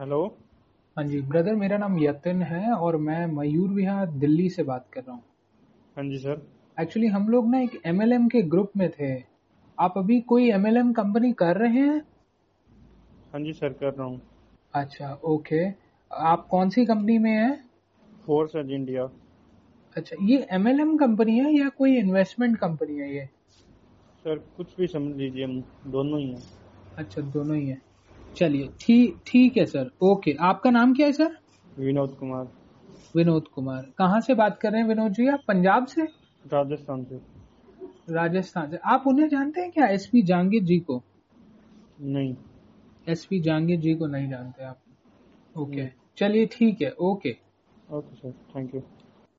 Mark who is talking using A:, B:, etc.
A: Hello
B: हाँ जी brother मेरा नाम यतिन है और मैं मयूर विहार दिल्ली से बात कर रहा हूँ
A: हाँ जी सर
B: एक्चुअली हम लोग ना एक एमएलएम के ग्रुप में थे आप अभी कोई एमएलएम कंपनी कर रहे हैं
A: हाँ जी सर कर रहा हूँ
B: अच्छा ओके आप कौन सी कंपनी में हैं
A: फोर्स एज इंडिया
B: अच्छा ये एमएलएम कंपनी है या कोई इन्वेस्टमेंट कंपनी है ये
A: सर कुछ भी समझ लीजिए हम दोनों ही हैं
B: अच्छा दोनों ही है चलिए ठीक ठीक है सर ओके आपका नाम क्या है सर
A: विनोद कुमार
B: विनोद कुमार कहाँ से बात कर रहे हैं विनोद जी आप पंजाब से
A: राजस्थान से
B: राजस्थान से आप उन्हें जानते हैं क्या एसपी जहांगीर जी को
A: नहीं
B: एसपी जहांगीर जी को नहीं जानते आप ओके
A: नहीं।
B: चलिए ठीक है okay
A: okay sir thank you